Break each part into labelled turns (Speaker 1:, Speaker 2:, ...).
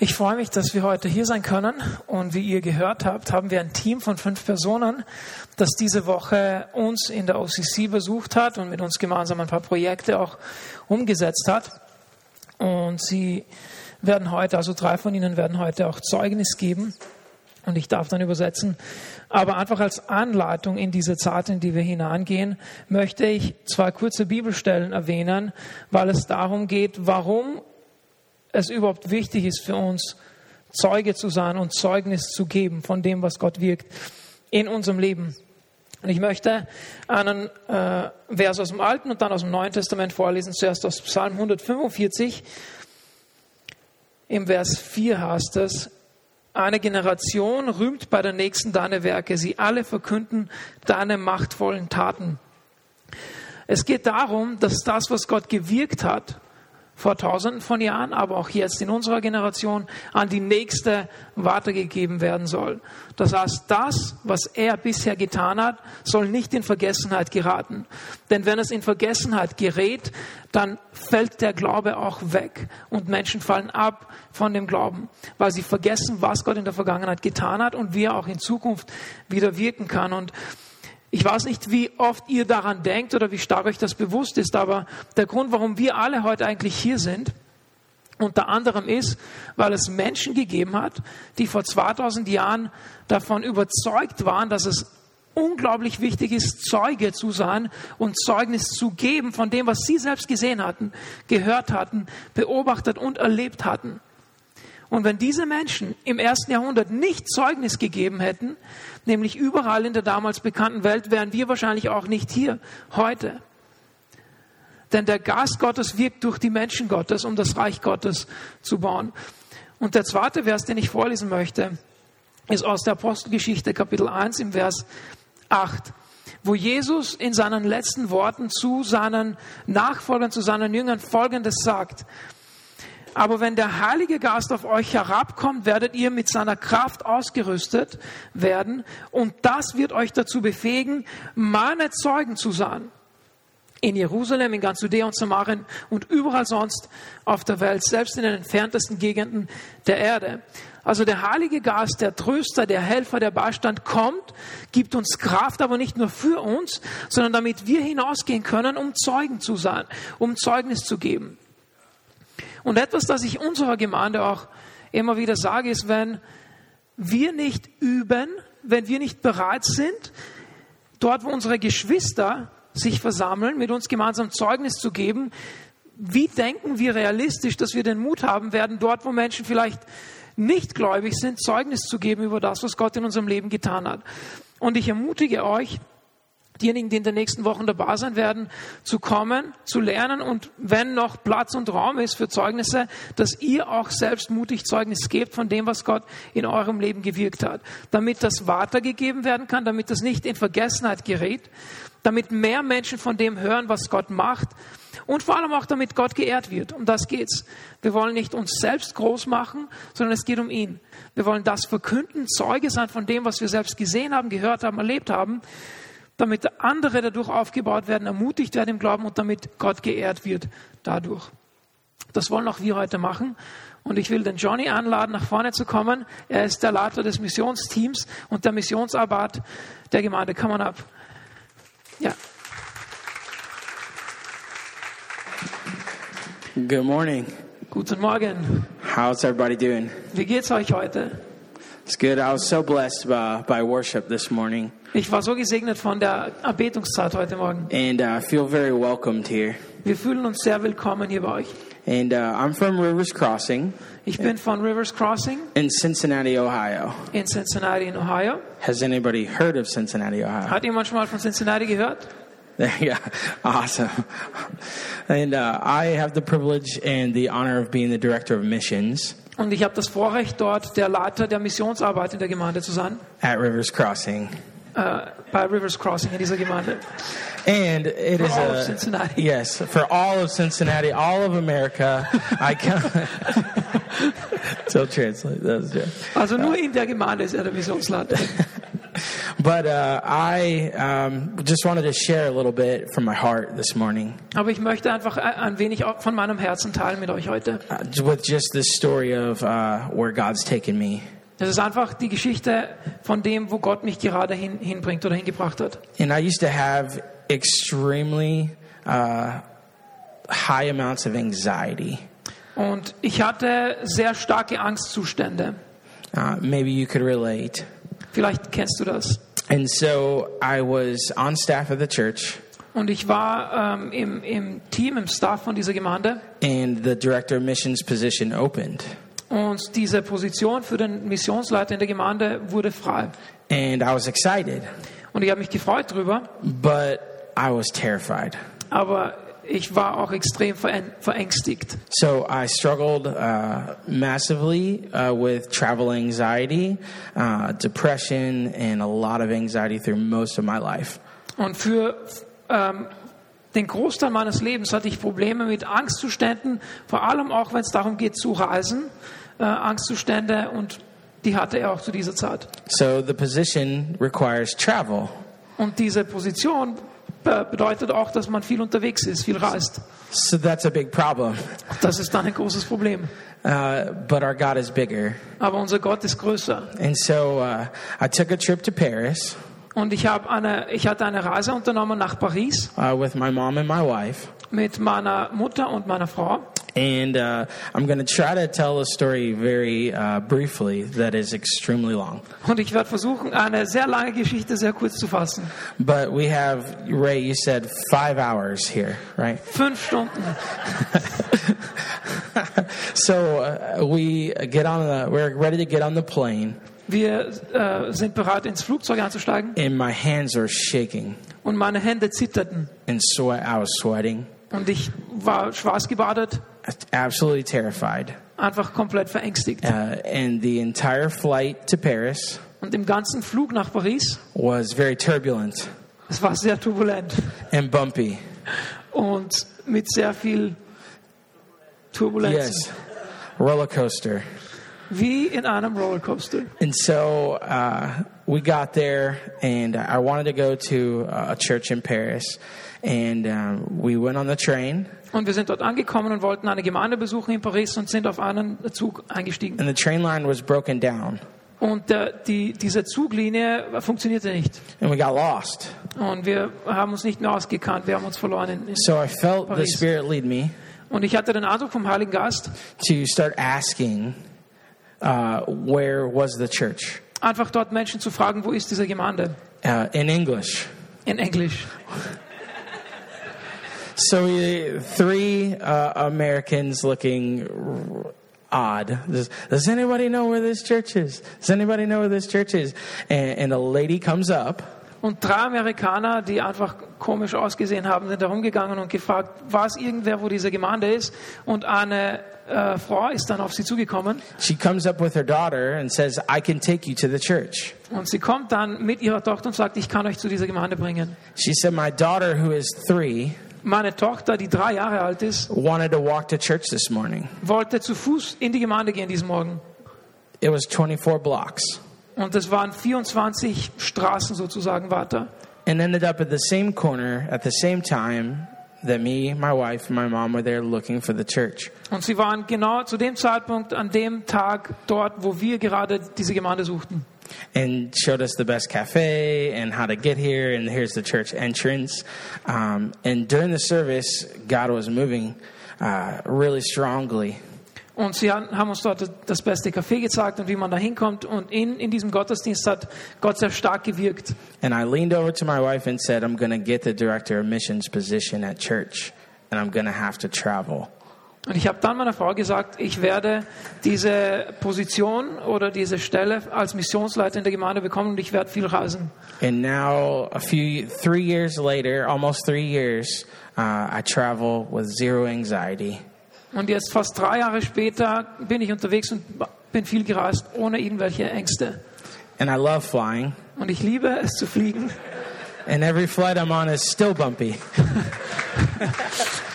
Speaker 1: Ich freue mich, dass wir heute hier sein können. Und wie ihr gehört habt, haben wir ein Team von fünf Personen, das diese Woche uns in der OCC besucht hat und mit uns gemeinsam ein paar Projekte auch umgesetzt hat. Und sie werden heute, also drei von ihnen werden heute auch Zeugnis geben. Und ich darf dann übersetzen. Aber einfach als Anleitung in diese Zeit, in die wir hineingehen, möchte ich zwei kurze Bibelstellen erwähnen, weil es darum geht, warum es überhaupt wichtig ist für uns, Zeuge zu sein und Zeugnis zu geben von dem, was Gott wirkt in unserem Leben. Und ich möchte einen äh, Vers aus dem Alten und dann aus dem Neuen Testament vorlesen, zuerst aus Psalm 145. Im Vers 4 heißt es, eine Generation rühmt bei der nächsten deine Werke, sie alle verkünden deine machtvollen Taten. Es geht darum, dass das, was Gott gewirkt hat, vor tausenden von Jahren, aber auch jetzt in unserer Generation an die nächste weitergegeben werden soll. Das heißt, das, was er bisher getan hat, soll nicht in Vergessenheit geraten. Denn wenn es in Vergessenheit gerät, dann fällt der Glaube auch weg und Menschen fallen ab von dem Glauben, weil sie vergessen, was Gott in der Vergangenheit getan hat und wie er auch in Zukunft wieder wirken kann. Und ich weiß nicht, wie oft ihr daran denkt oder wie stark euch das bewusst ist, aber der Grund, warum wir alle heute eigentlich hier sind, unter anderem ist, weil es Menschen gegeben hat, die vor 2000 Jahren davon überzeugt waren, dass es unglaublich wichtig ist, Zeuge zu sein und Zeugnis zu geben von dem, was sie selbst gesehen hatten, gehört hatten, beobachtet und erlebt hatten. Und wenn diese Menschen im ersten Jahrhundert nicht Zeugnis gegeben hätten, nämlich überall in der damals bekannten Welt, wären wir wahrscheinlich auch nicht hier heute. Denn der Geist Gottes wirkt durch die Menschen Gottes, um das Reich Gottes zu bauen. Und der zweite Vers, den ich vorlesen möchte, ist aus der Apostelgeschichte Kapitel 1 im Vers 8 wo Jesus in seinen letzten Worten zu seinen Nachfolgern, zu seinen Jüngern Folgendes sagt. Aber wenn der Heilige Geist auf euch herabkommt, werdet ihr mit seiner Kraft ausgerüstet werden. Und das wird euch dazu befähigen, meine Zeugen zu sein. In Jerusalem, in ganz Judäa und Samarien und überall sonst auf der Welt, selbst in den entferntesten Gegenden der Erde. Also der Heilige Geist, der Tröster, der Helfer, der Beistand kommt, gibt uns Kraft, aber nicht nur für uns, sondern damit wir hinausgehen können, um Zeugen zu sein, um Zeugnis zu geben. Und etwas, das ich unserer Gemeinde auch immer wieder sage, ist, wenn wir nicht üben, wenn wir nicht bereit sind, dort, wo unsere Geschwister sich versammeln, mit uns gemeinsam Zeugnis zu geben, wie denken wir realistisch, dass wir den Mut haben werden, dort, wo Menschen vielleicht nicht gläubig sind, Zeugnis zu geben über das, was Gott in unserem Leben getan hat. Und ich ermutige euch, diejenigen, die in den nächsten Wochen dabei sein werden, zu kommen, zu lernen und wenn noch Platz und Raum ist für Zeugnisse, dass ihr auch selbst mutig Zeugnis gebt von dem, was Gott in eurem Leben gewirkt hat, damit das weitergegeben werden kann, damit das nicht in Vergessenheit gerät, damit mehr Menschen von dem hören, was Gott macht und vor allem auch damit Gott geehrt wird. Um das geht's. Wir wollen nicht uns selbst groß machen, sondern es geht um ihn. Wir wollen das verkünden, Zeuge sein von dem, was wir selbst gesehen haben, gehört haben, erlebt haben damit andere dadurch aufgebaut werden, ermutigt werden im Glauben und damit Gott geehrt wird dadurch. Das wollen auch wir heute machen. Und ich will den Johnny anladen, nach vorne zu kommen. Er ist der Leiter des Missionsteams und der Missionsarbeit der Gemeinde. Come on up. Ja.
Speaker 2: Good morning.
Speaker 1: Guten Morgen.
Speaker 2: How's everybody doing?
Speaker 1: Wie geht's euch heute?
Speaker 2: It's good. I was so blessed by, by worship this morning,
Speaker 1: Ich war so gesegnet von der Erbetungszeit heute Morgen.
Speaker 2: and uh, I feel very welcomed here.
Speaker 1: Wir fühlen uns sehr willkommen hier bei euch.
Speaker 2: And uh, I'm from Rivers Crossing
Speaker 1: Ich bin von Rivers Crossing
Speaker 2: in Cincinnati, Ohio.
Speaker 1: in Cincinnati in Ohio.
Speaker 2: Has anybody heard of Cincinnati, Ohio?
Speaker 1: Hat jemand schon mal von Cincinnati gehört?
Speaker 2: yeah, awesome. And uh, I have the privilege and the honor of being the director of missions
Speaker 1: Und ich habe das Vorrecht, dort der Leiter der Missionsarbeit in der Gemeinde zu sein,
Speaker 2: at Rivers Crossing.
Speaker 1: äh, bei Rivers Crossing in dieser Gemeinde.
Speaker 2: And it
Speaker 1: For
Speaker 2: is
Speaker 1: all
Speaker 2: a,
Speaker 1: of Cincinnati.
Speaker 2: Yes, for all of Cincinnati, all of America. I come. so translate. That was good.
Speaker 1: Also nur in der Gemeinde ist er der Missionsleiter.
Speaker 2: But uh, I um, just wanted to share a little bit from my heart this morning
Speaker 1: Aber ich möchte einfach ein- ein wenig auch von meinem Herzen teilen mit euch heute.
Speaker 2: uh, with just this story of uh, where God's taken me.
Speaker 1: Es ist einfach die Geschichte von dem, wo Gott mich gerade hin, hinbringt oder hingebracht hat.
Speaker 2: And I used to have extremely uh, high amounts of anxiety.
Speaker 1: Und ich hatte sehr starke Angstzustände.
Speaker 2: Uh, maybe you could relate.
Speaker 1: Vielleicht kennst du das.
Speaker 2: And so I was on staff at the church,
Speaker 1: Und ich war ähm, im, im Team, im Staff von dieser Gemeinde.
Speaker 2: and the director of missions position opened.
Speaker 1: Und diese Position für den Missionsleiter in der Gemeinde wurde frei.
Speaker 2: And I was excited,
Speaker 1: Und ich habe mich gefreut drüber,
Speaker 2: but I was terrified.
Speaker 1: aber ich war auch extrem verän- verängstigt.
Speaker 2: So I struggled uh, massively uh, with travel anxiety, uh, depression, and a lot of anxiety through most of my life.
Speaker 1: Und für ähm, den Großteil meines Lebens hatte ich Probleme mit Angstzuständen, vor allem auch, wenn es darum geht zu reisen, äh, Angstzustände und die hatte er auch zu dieser Zeit.
Speaker 2: So the position requires travel.
Speaker 1: Und diese Position be- bedeutet auch, dass man viel unterwegs ist, viel reist.
Speaker 2: So that's a big problem.
Speaker 1: Das ist dann ein großes Problem.
Speaker 2: Uh, but our God is bigger.
Speaker 1: Aber unser Gott ist größer.
Speaker 2: And so uh, I took a trip to Paris
Speaker 1: Und ich, habe eine, ich hatte eine Reise unternommen nach Paris
Speaker 2: uh, with my mom and my wife.
Speaker 1: mit meiner Mutter und meiner Frau.
Speaker 2: And uh, I'm going to try to tell a story very uh, briefly that is extremely long.
Speaker 1: Und ich werde versuchen, eine sehr lange Geschichte sehr kurz zu fassen.
Speaker 2: But we have, Ray, you said five hours here, right?
Speaker 1: Fünf Stunden.
Speaker 2: So uh, we get on the, we're ready to get on the plane,
Speaker 1: Wir äh, sind bereit, ins Flugzeug einzusteigen.
Speaker 2: and my hands are shaking
Speaker 1: Und meine Hände zitterten.
Speaker 2: and sweat. I was sweating,
Speaker 1: Und ich war schwarzgebadet,
Speaker 2: absolutely terrified.
Speaker 1: einfach komplett verängstigt.
Speaker 2: Uh, and the entire flight to Paris
Speaker 1: Und im ganzen Flug nach Paris,
Speaker 2: was very turbulent
Speaker 1: es war sehr turbulent
Speaker 2: and bumpy.
Speaker 1: und mit sehr viel Turbulenz.
Speaker 2: Yes, roller coaster.
Speaker 1: Wie in einem Rollercoaster.
Speaker 2: And so uh, we got there, and I wanted to go to uh, a church in Paris. And um, we went on the train,
Speaker 1: Und wir sind dort angekommen und wollten eine Gemeinde besuchen in Paris und sind auf einen Zug eingestiegen.
Speaker 2: and the train line was broken down,
Speaker 1: Und äh, die, diese Zuglinie funktionierte nicht.
Speaker 2: and we got lost.
Speaker 1: Und wir haben uns nicht mehr ausgekannt, wir haben uns verloren. In, in.
Speaker 2: So I felt the
Speaker 1: Paris.
Speaker 2: Spirit lead me
Speaker 1: Und ich hatte den Eindruck vom Heiligen Geist,
Speaker 2: to start asking, uh, where was the church?
Speaker 1: einfach dort Menschen zu fragen, wo ist diese Gemeinde?
Speaker 2: Uh, in English.
Speaker 1: In Englisch.
Speaker 2: So we, three uh, Americans looking r- odd. Does, does anybody know where this church is? Does anybody know where this church is? And, and a lady comes up
Speaker 1: Und drei Amerikaner, die einfach komisch ausgesehen haben, sind herumgegangen und gefragt, weiß irgendwer, wo diese Gemeinde ist? Und eine äh, Frau ist dann auf sie zugekommen
Speaker 2: She comes up with her daughter and says, I can take you to the church.
Speaker 1: und sie kommt dann mit ihrer Tochter und sagt, ich kann euch zu dieser Gemeinde bringen.
Speaker 2: She said, My daughter, who is three,
Speaker 1: Meine Tochter, die drei Jahre alt ist,
Speaker 2: wanted to walk to church this morning.
Speaker 1: wollte zu Fuß in die Gemeinde gehen diesen Morgen.
Speaker 2: It was 24 blocks
Speaker 1: Und das waren 24 Straßen sozusagen weiter.
Speaker 2: and ended up at the same corner at the same time that me, my wife, and my mom were there looking for the church.
Speaker 1: Und sie waren genau zu dem Zeitpunkt, an dem Tag dort, wo wir gerade diese Gemeinde suchten.
Speaker 2: and showed us the best cafe and how to get here and here's the church entrance um, and during the service god was moving uh, really strongly
Speaker 1: Und sie han- haben uns dort das beste Café gezeigt und wie man da hinkommt. Und in, in diesem Gottesdienst hat Gott sehr stark gewirkt.
Speaker 2: and i leaned over to my wife and said i'm going to get the director of missions position at church and i'm going to have to travel
Speaker 1: Und ich habe dann meiner Frau gesagt, ich werde diese Position oder diese Stelle als Missionsleiter in der Gemeinde bekommen und ich werde viel reisen.
Speaker 2: and now a few three years later almost three years uh, i travel with zero anxiety
Speaker 1: Und jetzt fast drei Jahre später bin ich unterwegs und b- bin viel gereist, ohne irgendwelche Ängste.
Speaker 2: and i love flying
Speaker 1: Und ich liebe es zu fliegen.
Speaker 2: and every flight i'm on is still bumpy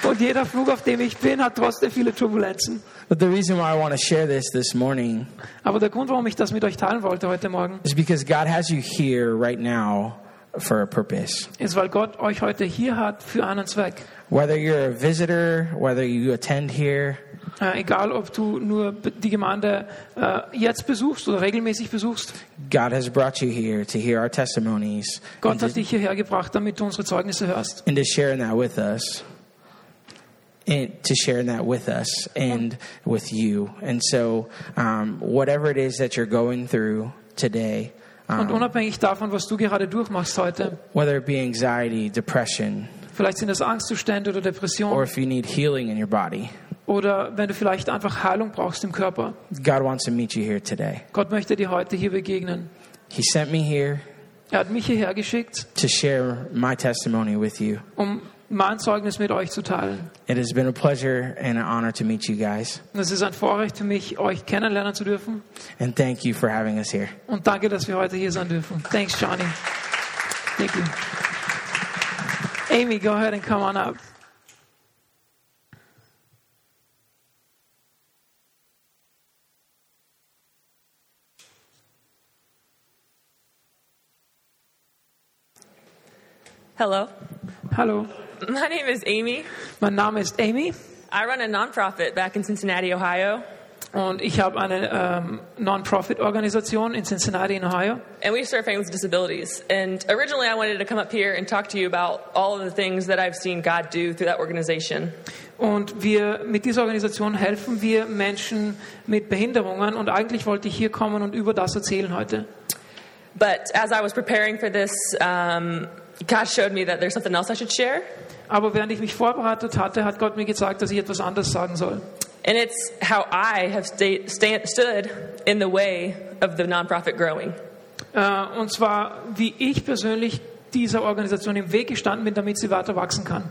Speaker 1: Und jeder Flug, auf dem ich bin, hat trotzdem viele Turbulenzen.
Speaker 2: But the reason why I want to share this this morning
Speaker 1: Aber der Grund, warum ich das mit euch teilen wollte heute Morgen,
Speaker 2: is because God has you here right now for a purpose.
Speaker 1: ist, weil Gott euch heute hier hat für einen Zweck.
Speaker 2: Whether you're a visitor, whether you attend here,
Speaker 1: Äh, egal, ob du nur b- die Gemeinde äh, jetzt besuchst oder regelmäßig besuchst,
Speaker 2: God has brought you here to hear our testimonies
Speaker 1: Gott hat dich hierher gebracht, damit du unsere Zeugnisse hörst.
Speaker 2: and to share in that with us. And to share in that with us and with you. And so, um, whatever it is that you're going through today,
Speaker 1: Und
Speaker 2: um,
Speaker 1: unabhängig davon, was du gerade durchmachst heute,
Speaker 2: whether it be anxiety, depression,
Speaker 1: vielleicht sind das Angstzustände oder
Speaker 2: or
Speaker 1: Depressionen
Speaker 2: if you need healing in your body,
Speaker 1: oder wenn du vielleicht einfach Heilung brauchst im Körper,
Speaker 2: God wants to meet you here today.
Speaker 1: Gott möchte dir heute hier begegnen.
Speaker 2: He sent me here
Speaker 1: Er hat mich hierher geschickt,
Speaker 2: to share my testimony with you.
Speaker 1: um mein Zeugnis mit euch zu teilen.
Speaker 2: It has been a pleasure and an honor to meet you guys.
Speaker 1: Und es ist ein Vorrecht für mich, euch kennenlernen zu dürfen.
Speaker 2: And thank you for having us here.
Speaker 1: Und danke, dass wir heute hier sein dürfen. Thanks, Johnny. Thank you. Amy, go ahead and come on up.
Speaker 3: Hello,
Speaker 1: Hallo,
Speaker 3: my name is Amy.
Speaker 1: mein Name ist Amy
Speaker 3: I run a nonprofit back in Cincinnati, Ohio,
Speaker 1: und ich habe eine ähm, Non-Profit-Organisation in Cincinnati, in Ohio.
Speaker 3: and we serve families with disabilities. And originally, I wanted to come up here and talk to you about all of the things that I've seen God do through that organization.
Speaker 1: Und wir, mit dieser Organisation helfen wir Menschen mit Behinderungen. Und eigentlich wollte ich hier kommen und über das erzählen heute.
Speaker 3: But as I was preparing for this, um, God showed me that there's something else I should share,
Speaker 1: Aber während ich mich vorbereitet hatte, hat Gott mir gezeigt, dass ich etwas anderes sagen soll.
Speaker 3: and it's how I have sta- sta- stood in the way of the nonprofit growing.
Speaker 1: Äh, Und zwar, wie ich persönlich dieser Organisation im Weg gestanden bin, damit sie weiter wachsen kann.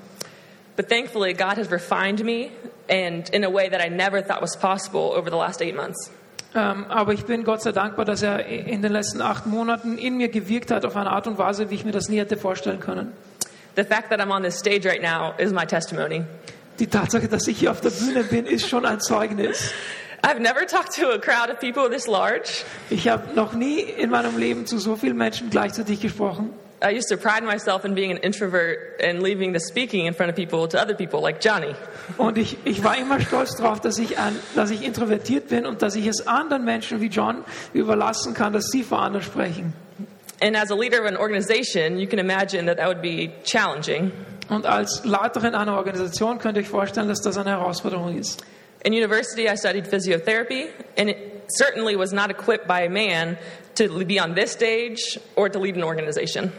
Speaker 3: But thankfully, God has refined me, and in a way that I never thought was possible over the last eight months.
Speaker 1: Ähm, Aber ich bin Gott sei dankbar, dass er in den letzten acht Monaten in mir gewirkt hat auf eine Art und Weise, wie ich mir das nie hätte vorstellen können.
Speaker 3: The fact that I'm on this stage right now is my testimony.
Speaker 1: Die Tatsache, dass ich hier auf der Bühne bin, ist schon ein Zeugnis.
Speaker 3: I've never talked to a crowd of people this large.
Speaker 1: Ich habe noch nie in meinem Leben zu so vielen Menschen gleichzeitig gesprochen.
Speaker 3: I used to pride myself in being an introvert and leaving the speaking in front of people to other people, like Johnny.
Speaker 1: Und ich, ich war immer stolz darauf, dass ich, ein, dass ich introvertiert bin und dass ich es anderen Menschen wie John überlassen kann, dass sie vor anderen sprechen.
Speaker 3: And as a leader of an organization, you can imagine that that would be challenging.
Speaker 1: Und als Leiterin einer Organisation könnt ihr euch vorstellen, dass das eine Herausforderung ist.
Speaker 3: In university, I studied physiotherapy, and it certainly was not equipped by a man to be on this stage or to lead an organization.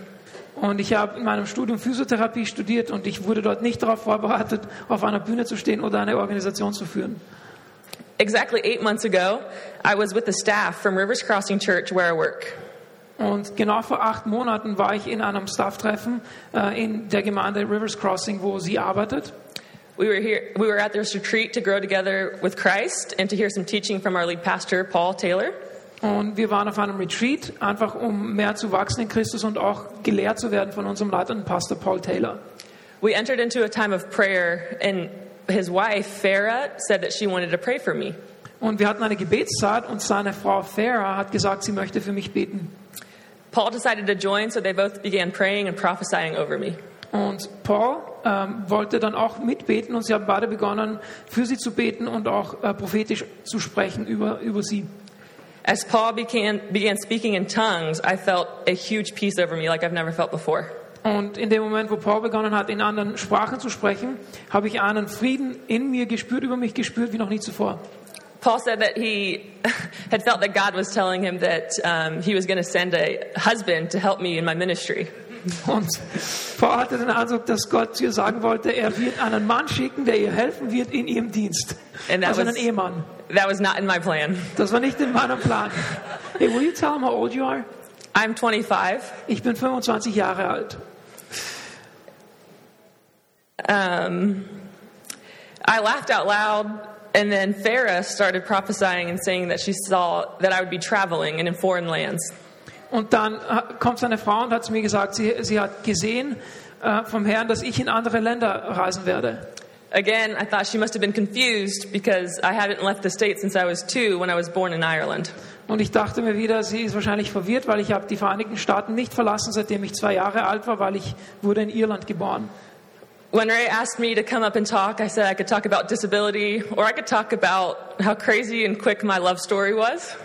Speaker 1: Und ich habe in meinem Studium Physiotherapie studiert und ich wurde dort nicht darauf vorbereitet, auf einer Bühne zu stehen oder eine Organisation zu führen.
Speaker 3: Exactly eight months ago, I was with the staff from Rivers Crossing Church where I work.
Speaker 1: Und genau vor acht Monaten war ich in einem Stafftreffen äh, in der Gemeinde Rivers Crossing, wo sie arbeitet.
Speaker 3: We were here. We were at this retreat to grow together with Christ and to hear some teaching from our lead pastor, Paul Taylor.
Speaker 1: Und wir waren auf einem Retreat, einfach um mehr zu wachsen in Christus und auch gelehrt zu werden von unserem leitenden Pastor Paul Taylor.
Speaker 3: We entered into a time of prayer, and his wife Farah said that she wanted to pray for me.
Speaker 1: Und wir hatten eine Gebetszeit und seine Frau Farah hat gesagt, sie möchte für mich beten.
Speaker 3: Paul decided to join, so they both began praying and prophesying over me.
Speaker 1: Und Paul ähm, wollte dann auch mitbeten und sie haben beide begonnen, für sie zu beten und auch äh, prophetisch zu sprechen über, über sie.
Speaker 3: As Paul began, began speaking in tongues, I felt a huge peace over me like I've never felt before.
Speaker 1: Und in dem Moment, wo Paul begonnen hat, in anderen Sprachen zu sprechen, habe ich einen Frieden in mir gespürt, über mich gespürt, wie noch nie zuvor.
Speaker 3: Paul said that he had felt that God was telling him that um, he was going to send a husband to help me in my ministry.
Speaker 1: Und Paul hatte den Eindruck, dass Gott zu ihr sagen wollte, er wird einen Mann schicken, der ihr helfen wird in ihrem Dienst.
Speaker 3: And that
Speaker 1: Also einen
Speaker 3: was-
Speaker 1: Ehemann.
Speaker 3: That was not in my plan.
Speaker 1: Das war nicht in meinem Plan. Hey, will you tell him how old you are?
Speaker 3: I'm 25.
Speaker 1: Ich bin 25 Jahre alt.
Speaker 3: I laughed out loud, and then Farah started prophesying and saying that she saw that I would be traveling and in foreign lands.
Speaker 1: Und dann äh, kommt seine Frau und hat zu mir gesagt, sie, sie hat gesehen, äh, vom Herrn, dass ich in andere Länder reisen werde.
Speaker 3: Again, I thought she must have been confused because I hadn't left the state since I was two when I was born in Ireland.
Speaker 1: Und ich dachte mir wieder, sie ist wahrscheinlich verwirrt, weil ich habe die Vereinigten Staaten nicht verlassen, seitdem ich zwei Jahre alt war, weil ich wurde in Irland geboren.
Speaker 3: When Ray asked me to come up and talk, I said I could talk about disability or I could talk about how crazy and quick my love story was.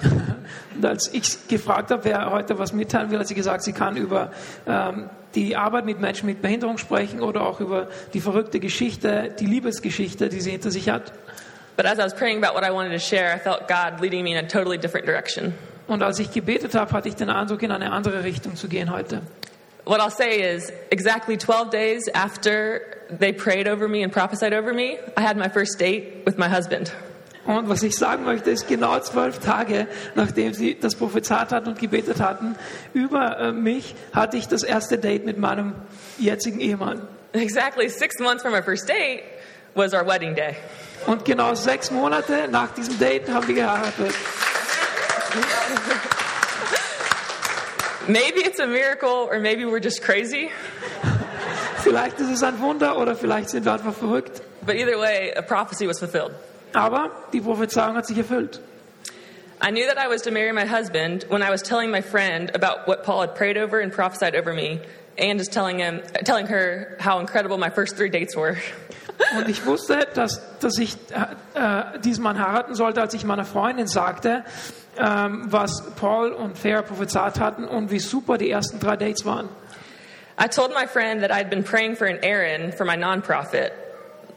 Speaker 1: Und als ich gefragt habe, wer heute was mitteilen will, hat sie gesagt, sie kann über ähm, die Arbeit mit Menschen mit Behinderung sprechen oder auch über die verrückte Geschichte, die Liebesgeschichte, die sie hinter sich hat.
Speaker 3: But as I was praying about what I wanted to share, I felt God leading me in a totally different direction.
Speaker 1: Und als ich gebetet habe, hatte ich den Eindruck, in eine andere Richtung zu gehen heute.
Speaker 3: What I'll say is, exactly 12 days after they prayed over me and prophesied over me, I had my first date with my husband.
Speaker 1: Und was ich sagen möchte, ist genau zwölf Tage, nachdem sie das prophezeit hatten und gebetet hatten, über äh, mich hatte ich das erste Date mit meinem jetzigen Ehemann.
Speaker 3: Exactly six months from our first date was our wedding day.
Speaker 1: Und genau sechs Monate nach diesem Date haben wir geheiratet.
Speaker 3: Maybe it's a miracle, or maybe we're just crazy.
Speaker 1: Vielleicht ist es ein Wunder oder vielleicht sind wir einfach verrückt.
Speaker 3: But either way, a prophecy was fulfilled.
Speaker 1: Aber die Prophezeiung hat sich erfüllt.
Speaker 3: I knew that I was to marry my husband when I was telling my friend about what Paul had prayed over and prophesied over me, and is telling him, telling her how incredible my first three dates were.
Speaker 1: Und ich wusste, dass, dass ich äh, äh, diesen Mann heiraten sollte, als ich meiner Freundin sagte, ähm, was Paul und Fair prophezeit hatten und wie super die ersten drei Dates waren.
Speaker 3: I told my friend that I'd been praying for an errand for my nonprofit,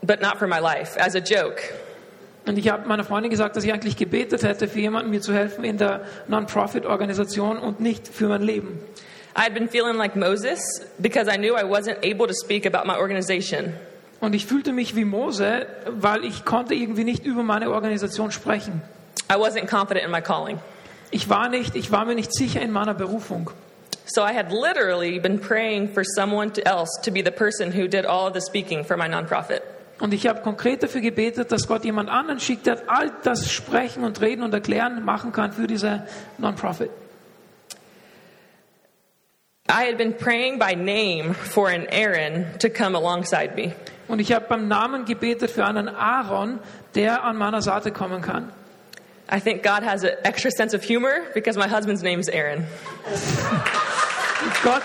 Speaker 3: but not for my life, as a joke.
Speaker 1: Und ich habe meiner Freundin gesagt, dass ich eigentlich gebetet hätte, für jemanden mir zu helfen in der Non-Profit-Organisation und nicht für mein Leben.
Speaker 3: I had been feeling like Moses because I knew I wasn't able to speak about my organization.
Speaker 1: Und ich fühlte mich wie Mose, weil ich konnte irgendwie nicht über meine Organisation sprechen.
Speaker 3: I wasn't confident in my calling.
Speaker 1: Ich war nicht, ich war mir nicht sicher in meiner Berufung.
Speaker 3: So I had literally been praying for someone to- else to be the person who did all of the speaking for my nonprofit.
Speaker 1: Und ich habe konkret dafür gebetet, dass Gott jemand anderen schickt, der all das Sprechen und Reden und Erklären machen kann für diese Non-Profit.
Speaker 3: I had been praying by name for an Aaron to come alongside me.
Speaker 1: Und ich habe beim Namen gebetet für einen Aaron, der an meiner Seite kommen kann.
Speaker 3: I think God has an extra sense of humor because my husband's name's Aaron.
Speaker 1: Und Gott,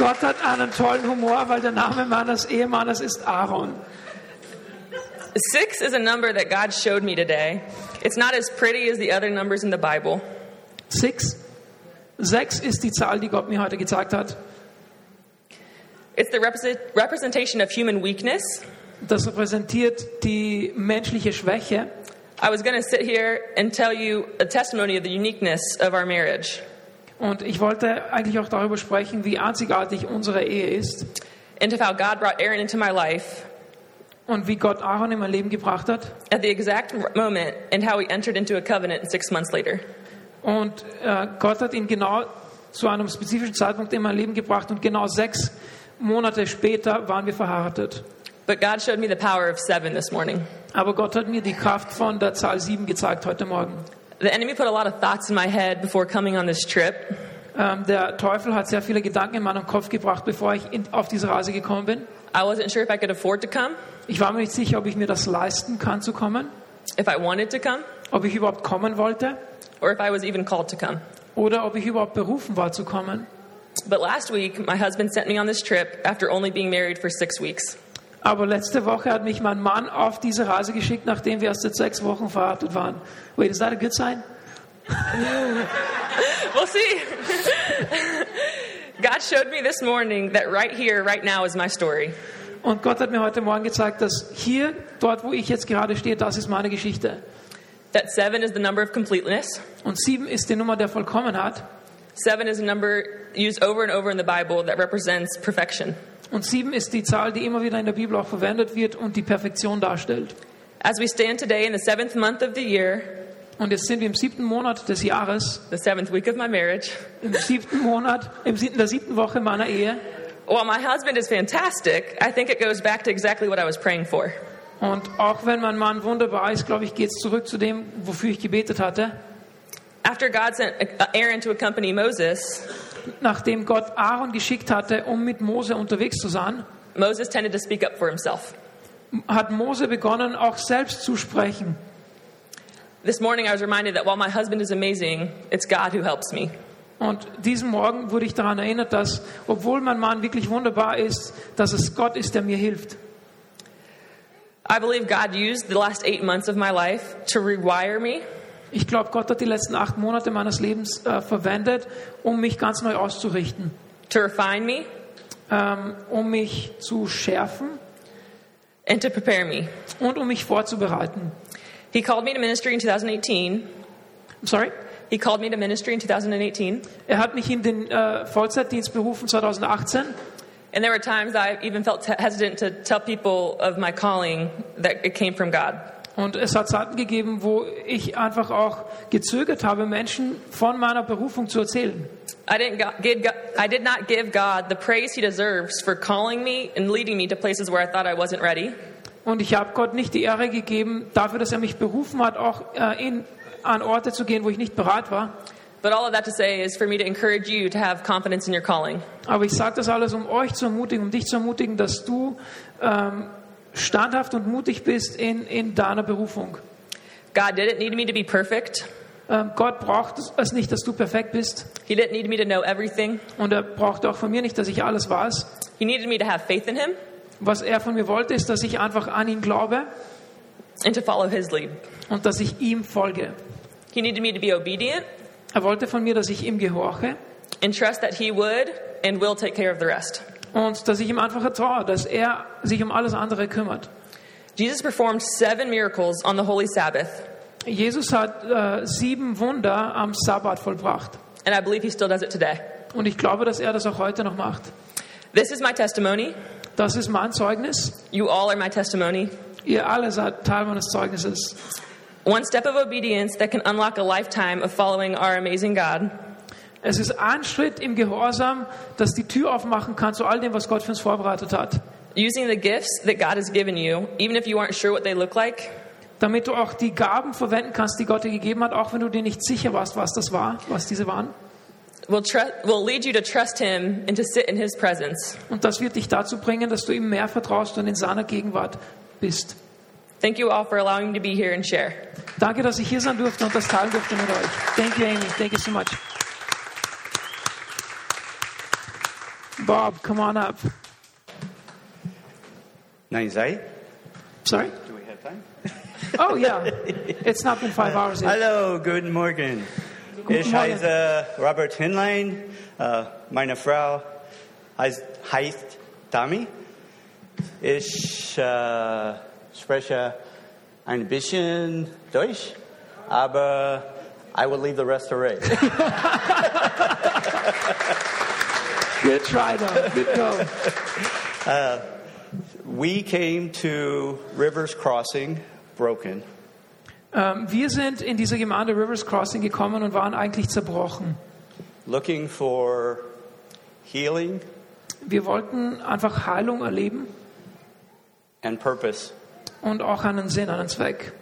Speaker 1: Gott hat einen tollen Humor, weil der Name meines Ehemannes ist Aaron.
Speaker 3: Six is a number that God showed me today. It's not as pretty as the other numbers in the Bible,
Speaker 1: Six. Sechs ist die Zahl, die Gott mir heute gezeigt hat.
Speaker 3: it's the represent- representation of human weakness.
Speaker 1: Das repräsentiert die menschliche Schwäche.
Speaker 3: I was going to sit here and tell you a testimony of the uniqueness of our marriage.
Speaker 1: Und ich wollte eigentlich auch darüber sprechen, wie einzigartig unsere Ehe ist.
Speaker 3: and of how God brought Aaron into my life
Speaker 1: und wie Gott Aaron in mein Leben gebracht hat
Speaker 3: at the exact moment and how he entered into a covenant six months later.
Speaker 1: und äh, Gott hat ihn genau zu einem spezifischen Zeitpunkt in mein Leben gebracht und genau sechs Monate später waren wir verheiratet.
Speaker 3: But God showed me the power of seven this morning.
Speaker 1: Aber Gott hat mir die Kraft von der Zahl sieben gezeigt heute Morgen.
Speaker 3: The enemy put a lot of thoughts in my head before coming on this trip,
Speaker 1: Ähm, der Teufel hat sehr viele Gedanken in meinen Kopf gebracht, bevor ich in, auf diese Reise gekommen bin.
Speaker 3: I wasn't sure if I could afford to come,
Speaker 1: Ich war mir nicht sicher, ob ich mir das leisten kann zu kommen,
Speaker 3: if I wanted to come,
Speaker 1: ob ich überhaupt kommen wollte
Speaker 3: or if I was even called to come.
Speaker 1: oder ob ich überhaupt berufen war zu kommen.
Speaker 3: But last week, my husband sent me on this trip after only being married for six weeks.
Speaker 1: Aber letzte Woche hat mich mein Mann auf diese Reise geschickt, nachdem wir erst seit sechs Wochen verheiratet waren. Wait, is that a good sign?
Speaker 3: We'll see. God showed me this morning that right here, right now is my story.
Speaker 1: Und Gott hat mir heute Morgen gezeigt, dass hier, dort, wo ich jetzt gerade stehe, das ist meine Geschichte.
Speaker 3: That seven is the number of completeness.
Speaker 1: Und sieben ist die Nummer der Vollkommenheit.
Speaker 3: Seven is a number used over and over in the Bible that represents perfection.
Speaker 1: Und sieben ist die Zahl, die immer wieder in der Bibel auch verwendet wird und die Perfektion darstellt.
Speaker 3: As we stand today in the seventh month of the year,
Speaker 1: Und jetzt sind wir im siebten Monat des Jahres,
Speaker 3: the seventh week of my marriage,
Speaker 1: im siebten Monat, im siebten, der siebten Woche meiner Ehe.
Speaker 3: while my husband is fantastic, I think it goes back to exactly what I was praying for.
Speaker 1: Und auch wenn mein Mann wunderbar ist, glaube ich, geht es zurück zu dem, wofür ich gebetet hatte.
Speaker 3: uh, After God sent Aaron to accompany Moses,
Speaker 1: nachdem Gott Aaron geschickt hatte, um mit Mose unterwegs zu sein,
Speaker 3: Moses tended to speak up for himself.
Speaker 1: hat Mose begonnen, auch selbst zu sprechen.
Speaker 3: This morning I was reminded that while my husband is amazing, it's God who helps me.
Speaker 1: Und diesen Morgen wurde ich daran erinnert, dass, obwohl mein Mann wirklich wunderbar ist, dass es Gott ist, der mir hilft.
Speaker 3: I believe God used the last eight months of my life to rewire me,
Speaker 1: Ich glaube, Gott hat die letzten acht Monate meines Lebens äh, verwendet, um mich ganz neu auszurichten,
Speaker 3: to refine me,
Speaker 1: ähm, um mich zu schärfen
Speaker 3: and to prepare me.
Speaker 1: und um mich vorzubereiten.
Speaker 3: He called me to ministry in 2018.
Speaker 1: Sorry?
Speaker 3: He called me to ministry in 2018.
Speaker 1: Er hat mich in den äh, Vollzeitdienst berufen 2018
Speaker 3: And there were times that I even felt hesitant to tell people of my calling that it came from God.
Speaker 1: und es hat Zeiten gegeben, wo ich einfach auch gezögert habe, Menschen von meiner Berufung zu erzählen.
Speaker 3: I, didn't go- give God, I did not give God the praise he deserves for calling me and leading me to places where I thought I wasn't ready.
Speaker 1: Und ich habe Gott nicht die Ehre gegeben dafür, dass er mich berufen hat, auch äh, in, an Orte zu gehen, wo ich nicht bereit war.
Speaker 3: But all of that to say is for me to encourage you to have confidence in your calling.
Speaker 1: Aber ich sage das alles, um euch zu ermutigen, um dich zu ermutigen, dass du ähm, standhaft und mutig bist in, in deiner Berufung.
Speaker 3: God didn't need me to be perfect.
Speaker 1: Ähm, Gott braucht es nicht, dass du perfekt bist.
Speaker 3: He didn't need me to know everything.
Speaker 1: Und er braucht auch von mir nicht, dass ich alles weiß.
Speaker 3: He needed me to have faith in him
Speaker 1: Was er von mir wollte, ist, dass ich einfach an ihn glaube
Speaker 3: and to follow his lead.
Speaker 1: und dass ich ihm folge.
Speaker 3: He needed me to be obedient
Speaker 1: Er wollte von mir, dass ich ihm gehorche
Speaker 3: and trust that he would and will take care of the rest.
Speaker 1: und dass ich ihm einfach vertraue, dass er sich um alles andere kümmert.
Speaker 3: Jesus performed seven miracles on the Holy Sabbath,
Speaker 1: Jesus hat äh, sieben Wunder am Sabbat vollbracht.
Speaker 3: and I believe he still does it today.
Speaker 1: Und ich glaube, dass er das auch heute noch macht.
Speaker 3: This is my testimony.
Speaker 1: Das ist mein Zeugnis.
Speaker 3: You all are my testimony.
Speaker 1: Ihr alle seid Teil meines Zeugnisses.
Speaker 3: One step of obedience that can unlock a lifetime of following our amazing God.
Speaker 1: Es ist ein Schritt im Gehorsam, dass die Tür aufmachen kann zu all dem, was Gott für uns vorbereitet hat.
Speaker 3: Using the gifts that God has given you, even if you aren't sure what they look like,
Speaker 1: Damit du auch die Gaben verwenden kannst, die Gott dir gegeben hat, auch wenn du dir nicht sicher warst, was das war, was diese waren.
Speaker 3: will, tru- will lead you to trust Him and to sit in His presence.
Speaker 1: Und das wird dich dazu bringen, dass du ihm mehr vertraust und in seiner Gegenwart bist.
Speaker 3: Thank you all for allowing me to be here and share.
Speaker 1: Danke, dass ich hier sein durfte und das teilen durfte mit euch. Thank you, Amy. Thank you so much. Bob, come on up.
Speaker 4: Nine eight.
Speaker 1: Sorry?
Speaker 4: Do we have time?
Speaker 1: Oh, yeah. It's not been five hours yet.
Speaker 4: Hello, good Morgen.
Speaker 1: Guten
Speaker 4: Ich
Speaker 1: Morgen.
Speaker 4: heiße uh, Robert Hinlein. Äh, meine Frau heißt, heißt Dami. Ich äh, spreche ein bisschen Deutsch, aber I will leave the rest already.
Speaker 1: Good try, though. Good go.
Speaker 4: we came to Rivers Crossing broken.
Speaker 1: Ähm, wir sind in diese Gemeinde Rivers Crossing gekommen und waren eigentlich zerbrochen.
Speaker 4: looking for healing
Speaker 1: Wir wollten einfach Heilung erleben
Speaker 4: and purpose.
Speaker 1: und auch einen Sinn, einen Zweck.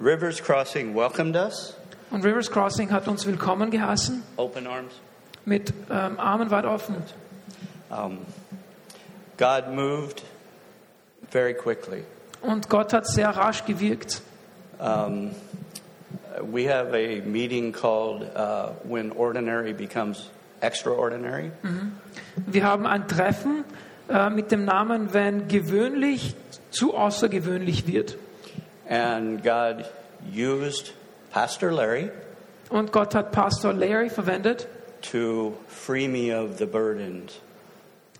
Speaker 4: Rivers Crossing welcomed us,
Speaker 1: Und Rivers Crossing hat uns willkommen geheißen
Speaker 4: open arms.
Speaker 1: mit ähm, Armen weit offen.
Speaker 4: Um, God moved very quickly.
Speaker 1: Und Gott hat sehr rasch gewirkt.
Speaker 4: Um, we have a meeting called uh, When Ordinary Becomes Extraordinary.
Speaker 1: Wir haben ein Treffen äh, mit dem Namen, wenn gewöhnlich zu außergewöhnlich wird.
Speaker 4: And God used Pastor Larry
Speaker 1: Und Gott hat Pastor Larry verwendet,
Speaker 4: to free me of the burdens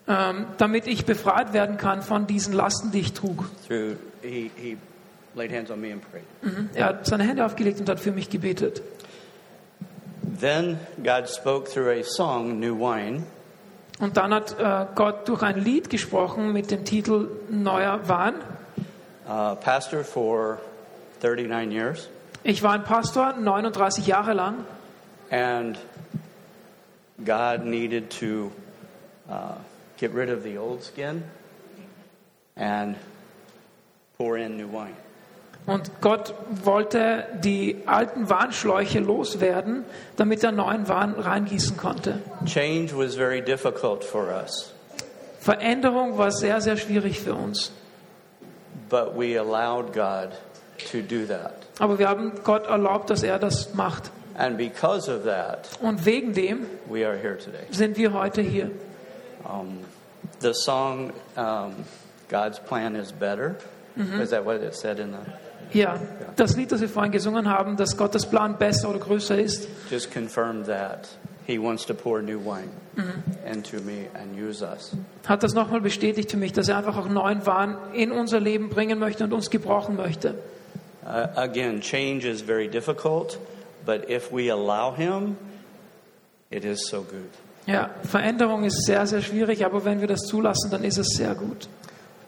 Speaker 1: ähm, damit ich befreit werden kann von diesen Lasten, die ich trug.
Speaker 4: through, he, he laid hands on me and prayed.
Speaker 1: Er hat seine Hände aufgelegt und hat für mich gebetet.
Speaker 4: Then God spoke through a song, New Wine,
Speaker 1: Und dann hat äh, Gott durch ein Lied gesprochen mit dem Titel Neuer Wahn.
Speaker 4: uh, pastor for 39 years,
Speaker 1: Ich war ein Pastor 39 Jahre lang
Speaker 4: and God needed to uh, get rid of the old skin and pour in new wine.
Speaker 1: Und Gott wollte die alten Warnschläuche loswerden, damit er neuen Warn reingießen konnte.
Speaker 4: Change was very difficult for us,
Speaker 1: Veränderung war sehr, sehr schwierig für uns.
Speaker 4: but we allowed God to do that.
Speaker 1: Aber wir haben Gott erlaubt, dass er das macht.
Speaker 4: And because of that,
Speaker 1: Und wegen dem
Speaker 4: we are here today.
Speaker 1: sind wir heute hier.
Speaker 4: The song um, God's Plan is Better. Is that what it said in the.
Speaker 1: Ja, das Lied, das wir vorhin gesungen haben, dass Gottes Plan besser oder größer ist,
Speaker 4: Just confirmed that. He wants to pour new wine into me and use us.
Speaker 1: hat das nochmal bestätigt für mich, dass er einfach auch neuen Wahn in unser Leben bringen möchte und uns gebrauchen möchte.
Speaker 4: Uh, again, change is very difficult, but if we allow Him, it is so good.
Speaker 1: Ja, Veränderung ist sehr, sehr schwierig, aber wenn wir das zulassen, dann ist es sehr gut.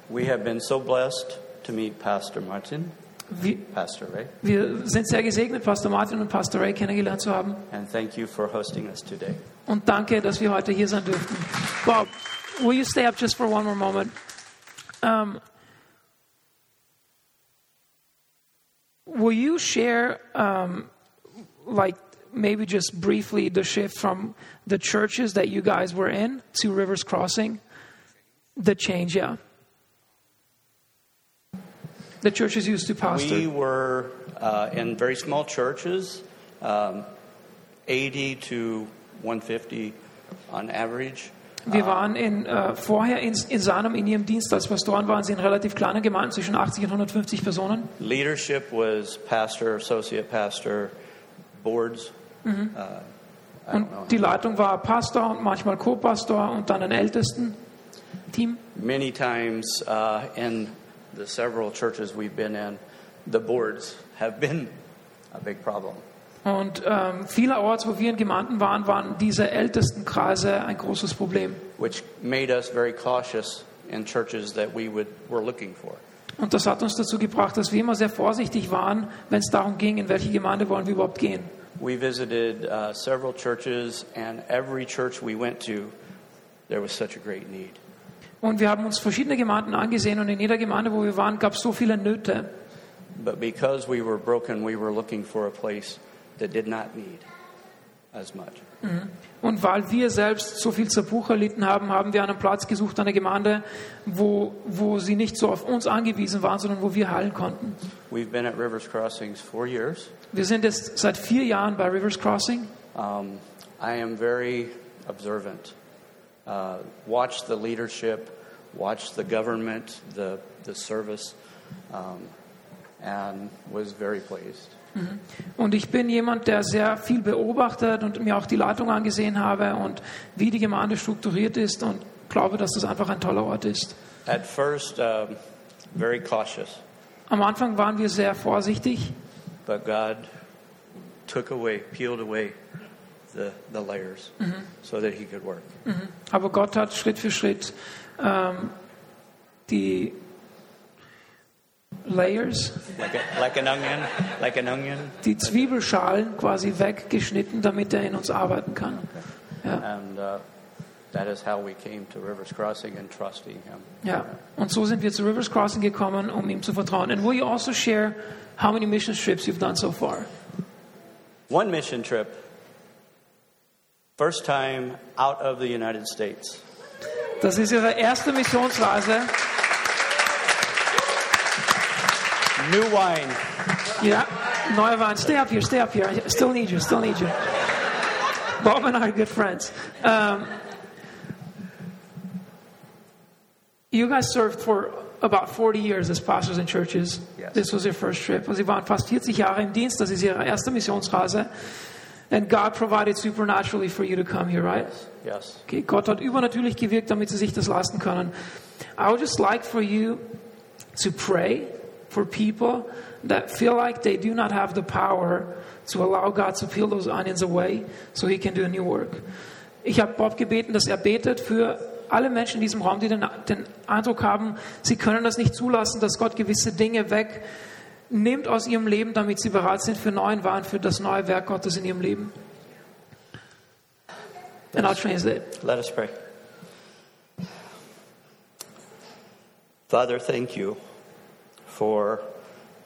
Speaker 4: We have been so blessed to meet Pastor Martin,
Speaker 1: Wir,
Speaker 4: Pastor Ray,
Speaker 1: wir sind sehr gesegnet, Pastor Martin und Pastor Ray kennengelernt zu haben.
Speaker 4: and thank you for hosting us today.
Speaker 1: Und danke, dass wir heute hier sein durften. Bob, will you stay up just for one more moment? Um, will you share, um, like, maybe just briefly the shift from the churches that you guys were in to Rivers Crossing? The change, yeah. The churches used to pastor.
Speaker 4: We were uh, in very small churches, um, 80 to 150 on average.
Speaker 1: Wir waren in, äh, vorher in, in Sanum in ihrem Dienst als Pastoren, waren sie in relativ kleinen Gemeinden zwischen 80 und 150 Personen.
Speaker 4: Leadership was pastor, associate pastor, boards. Uh, I
Speaker 1: Und
Speaker 4: don't know.
Speaker 1: die Leitung war Pastor und manchmal Co-Pastor und dann ein Ältesten-Team.
Speaker 4: Many times uh, in the several churches we've been in, the boards have been a big problem.
Speaker 1: Und ähm, vielerorts, wo wir in Gemeinden waren, waren diese Ältestenkreise ein großes Problem.
Speaker 4: which made us very cautious in churches that we would, were looking for.
Speaker 1: Und das hat uns dazu gebracht, dass wir immer sehr vorsichtig waren, wenn es darum ging, in welche Gemeinde wollen wir überhaupt gehen.
Speaker 4: We visited uh, several churches, and every church we went to, there was such a great need.
Speaker 1: Und wir haben uns verschiedene Gemeinden angesehen und in jeder Gemeinde, wo wir waren, gab es so viele Nöte.
Speaker 4: But because we were broken, we were looking for a place that did not need as much.
Speaker 1: Und weil wir selbst so viel Zerbruch erlitten haben, haben wir einen Platz gesucht, eine Gemeinde, wo, wo sie nicht so auf uns angewiesen waren, sondern wo wir heilen konnten.
Speaker 4: We've been at Rivers Crossings four years.
Speaker 1: Wir sind jetzt seit vier Jahren bei Rivers Crossing
Speaker 4: Um, I am very observant. Uh, watch the leadership, watch the government, the, the service, um, and was very pleased.
Speaker 1: und ich bin jemand, der sehr viel beobachtet und mir auch die Leitung angesehen habe und wie die Gemeinde strukturiert ist und glaube, dass das einfach ein toller Ort ist.
Speaker 4: At first, um, very cautious,
Speaker 1: Am Anfang waren wir sehr vorsichtig,
Speaker 4: but God took away, peeled away the, the layers so that He could work.
Speaker 1: aber Gott hat Schritt für Schritt ähm, die Layers,
Speaker 4: Like, a, like an onion, like an onion.
Speaker 1: die Zwiebelschalen quasi weggeschnitten, damit er in uns arbeiten kann.
Speaker 4: And uh, that is how we came to Rivers Crossing and trusting Him.
Speaker 1: Ja, und so sind wir zu Rivers Crossing gekommen, um ihm zu vertrauen. And will you also share how many mission trips you've done so far?
Speaker 4: One mission trip, first time out of the United States.
Speaker 1: Das ist ihre erste Missionsreise.
Speaker 4: New wine.
Speaker 1: Ja, neue Wein. Stay up here, stay up here. I still need you, still need you. Bob and I are good friends. Um, you guys served for about 40 years as pastors in churches.
Speaker 4: Yes.
Speaker 1: This was your first trip. Und Sie waren fast 40 Jahre im Dienst. Das ist Ihre erste Missionsreise. And God provided supernaturally for you to come here, right?
Speaker 4: Yes.
Speaker 1: Okay, Gott hat übernatürlich gewirkt, damit sie sich das leisten können. I would just like for you to pray for people that feel like they do not have the power to allow God to peel those onions away so he can do a new work. Ich habe Bob gebeten, dass er betet für alle Menschen in diesem Raum, die den, den Eindruck haben, sie können das nicht zulassen, dass Gott gewisse Dinge wegnimmt aus ihrem Leben, damit sie bereit sind für neuen Wahn, für das neue Werk Gottes in ihrem Leben. And I'll translate.
Speaker 4: Let us pray. Father, thank you for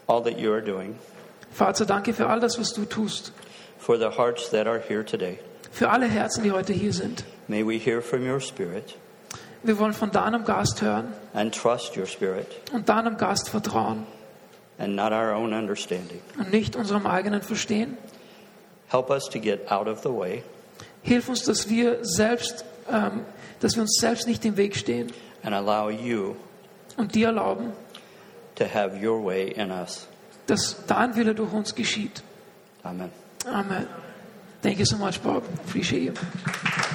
Speaker 4: all that you are doing,
Speaker 1: Vater, danke für all das, was du tust.
Speaker 4: for the hearts that are here today.
Speaker 1: Für alle Herzen, die heute hier sind.
Speaker 4: May we hear from your Spirit
Speaker 1: Wir wollen von deinem Geist hören
Speaker 4: and trust your Spirit
Speaker 1: und deinem Geist vertrauen
Speaker 4: and not our own understanding.
Speaker 1: und nicht unserem eigenen Verstehen.
Speaker 4: Help us to get out of the way
Speaker 1: Hilf uns, dass wir selbst, ähm, dass wir uns selbst nicht im Weg stehen
Speaker 4: and allow you
Speaker 1: und dir erlauben,
Speaker 4: to have your way in us.
Speaker 1: dass dein Wille durch uns geschieht.
Speaker 4: Amen.
Speaker 1: Amen. Thank you so much, Bob. Appreciate you.